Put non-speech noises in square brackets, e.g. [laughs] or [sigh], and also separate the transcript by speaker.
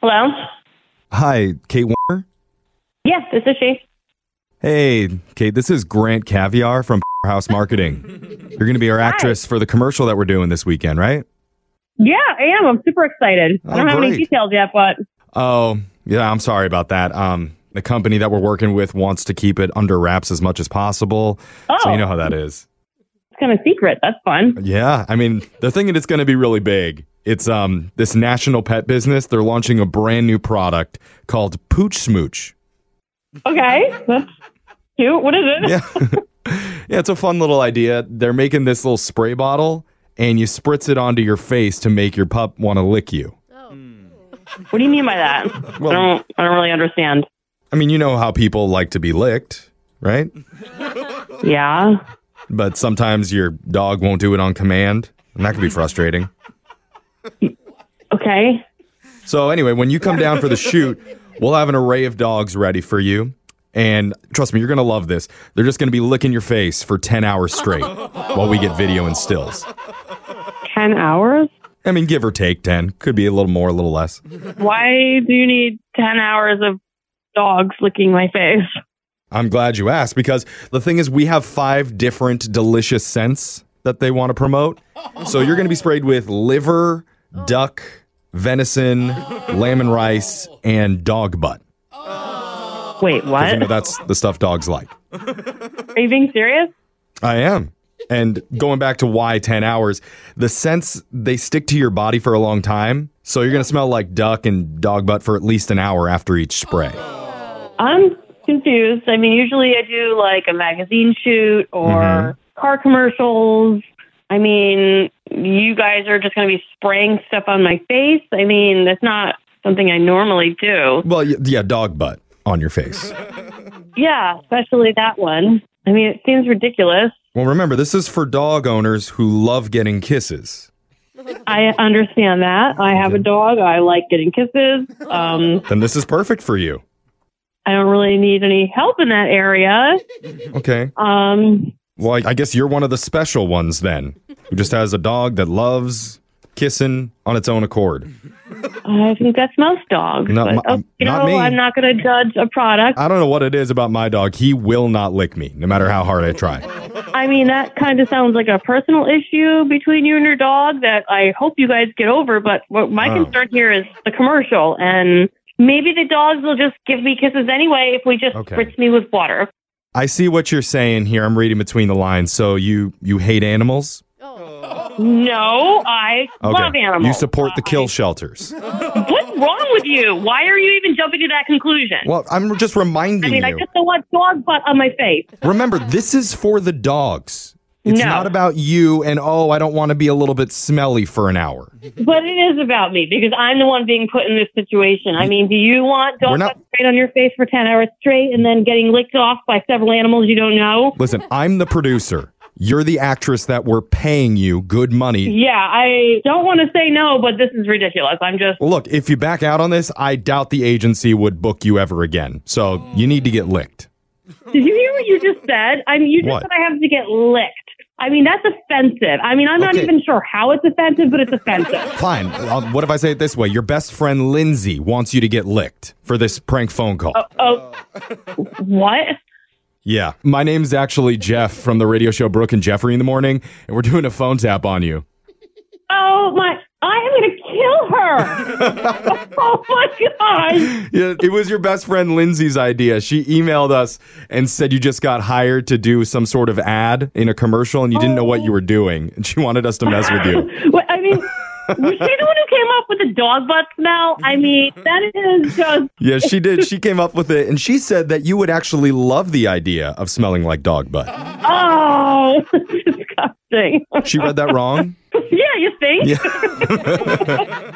Speaker 1: Hello?
Speaker 2: Hi, Kate Warner.
Speaker 1: Yeah, this is she.
Speaker 2: Hey, Kate, this is Grant Caviar from [laughs] House Marketing. You're going to be our actress for the commercial that we're doing this weekend, right?
Speaker 1: Yeah, I am. I'm super excited. I don't have any
Speaker 2: Oh, great.
Speaker 1: details yet, but
Speaker 2: Oh, yeah, I'm sorry about that. Um, the company that we're working with wants to keep it under wraps as much as possible. So
Speaker 1: Oh.
Speaker 2: you know how that is.
Speaker 1: it's kind of secret. That's fun.
Speaker 2: Yeah, I mean, they're thinking it's going to be really big. It's um this national pet business. They're launching a brand new product called Pooch Smooch.
Speaker 1: Okay. [laughs] That's cute. What is it?
Speaker 2: Yeah. [laughs] yeah, it's a fun little idea. They're making this little spray bottle and you spritz it onto your face to make your pup want to lick you.
Speaker 1: What do you mean by that?
Speaker 2: [laughs]
Speaker 1: I don't I don't really understand.
Speaker 2: I mean, you know how people like to be licked, right?
Speaker 1: Yeah.
Speaker 2: But sometimes your dog won't do it on command, and that can be frustrating.
Speaker 1: Okay.
Speaker 2: So anyway, when you come down for the shoot, we'll have an array of dogs ready for you. And trust me, you're gonna love this. They're just gonna be licking your face for ten hours straight while we get video and stills.
Speaker 1: Ten hours?
Speaker 2: I mean, give or take ten. Could be a little more, a little less.
Speaker 1: Why do you need ten hours of dogs licking my face?
Speaker 2: I'm glad you asked because the thing is, we have five different delicious scents that they want to promote. So you're going to be sprayed with liver, duck, venison, lamb and rice, and dog butt.
Speaker 1: Wait,
Speaker 2: 'Cause, You know,
Speaker 1: what?
Speaker 2: that's the stuff dogs like.
Speaker 1: Are you being serious?
Speaker 2: I am. And going back to why 10 hours, the scents, they stick to your body for a long time. So you're going to smell like duck and dog butt for at least an hour after each spray.
Speaker 1: I'm confused. I mean, usually I do like a magazine shoot or
Speaker 2: Mm-hmm.
Speaker 1: car commercials. I mean, you guys are just going to be spraying stuff on my face. I mean, that's not something I normally do.
Speaker 2: Well, y- yeah, dog butt on your face.
Speaker 1: Yeah, especially that one. I mean, it seems ridiculous.
Speaker 2: Well, remember, this is for dog owners who love getting kisses.
Speaker 1: I understand that. I have a dog. I like getting kisses. Um,
Speaker 2: Then this is perfect for you.
Speaker 1: I don't really need any help in that area.
Speaker 2: Okay.
Speaker 1: Um,
Speaker 2: Well, I- I guess you're one of the special ones then, who just has a dog that loves kissing on its own accord.
Speaker 1: I think that's most dogs.
Speaker 2: Not
Speaker 1: but,
Speaker 2: my-
Speaker 1: oh, you
Speaker 2: not
Speaker 1: know,
Speaker 2: me.
Speaker 1: I'm not going to judge a product.
Speaker 2: I don't know what it is about my dog. He will not lick me, no matter how hard I try.
Speaker 1: I mean, that kind of sounds like a personal issue between you and your dog that I hope you guys get over. But what my
Speaker 2: Oh.
Speaker 1: concern here is the commercial, and maybe the dogs will just give me kisses anyway if we just
Speaker 2: Okay.
Speaker 1: spritz me with water.
Speaker 2: I see what you're saying here. I'm reading between the lines. So you you hate animals?
Speaker 1: No, I love animals.
Speaker 2: You support the kill shelters.
Speaker 1: What's wrong with you? Why are you even jumping to that conclusion?
Speaker 2: Well, I'm just reminding
Speaker 1: I mean, I
Speaker 2: you.
Speaker 1: just don't want dog butt on my face. [laughs]
Speaker 2: Remember, this is for the dogs. It's
Speaker 1: No.
Speaker 2: not about you and oh, I don't want to be a little bit smelly for an hour.
Speaker 1: But it is about me because I'm the one being put in this situation. I mean, do you want
Speaker 2: We're
Speaker 1: dog
Speaker 2: not-
Speaker 1: butt sprayed on your face for 10 hours straight and then getting licked off by several animals you don't know?
Speaker 2: Listen, I'm the producer. You're the actress that we're paying you good money.
Speaker 1: [laughs] Yeah, I don't want to say no, but this is ridiculous. I'm just,
Speaker 2: Well, look, if you back out on this, I doubt the agency would book you ever again. So you need to get licked.
Speaker 1: did you hear what you just said? I mean, you just
Speaker 2: What?
Speaker 1: said I have to get licked. I mean, that's offensive. I mean, I'm not
Speaker 2: Okay.
Speaker 1: even sure how it's offensive, but it's
Speaker 2: [laughs]
Speaker 1: offensive.
Speaker 2: Fine. Uh, what if I say it this way? Your best friend Lindsay wants you to get licked for this prank phone call.
Speaker 1: oh, what?
Speaker 2: Yeah. My name's actually Jeff from the radio show Brooke and Jeffrey in the Morning, and we're doing a phone tap on you.
Speaker 1: Oh my, I am going to kill her.
Speaker 2: [laughs]
Speaker 1: oh my God.
Speaker 2: Yeah, it was your best friend Lindsay's idea. She emailed us and said you just got hired to do some sort of ad in a commercial and you didn't know what you were doing. And she wanted us to mess with you.
Speaker 1: Wait, I mean, was she the one who came up with the dog butt smell? I mean, that is just,
Speaker 2: Yeah, she did. She came up with it and she said that you would actually love the idea of smelling like dog butt.
Speaker 1: oh, [laughs] disgusting. [laughs]
Speaker 2: She read that wrong?
Speaker 1: yeah, you think?
Speaker 2: Yeah.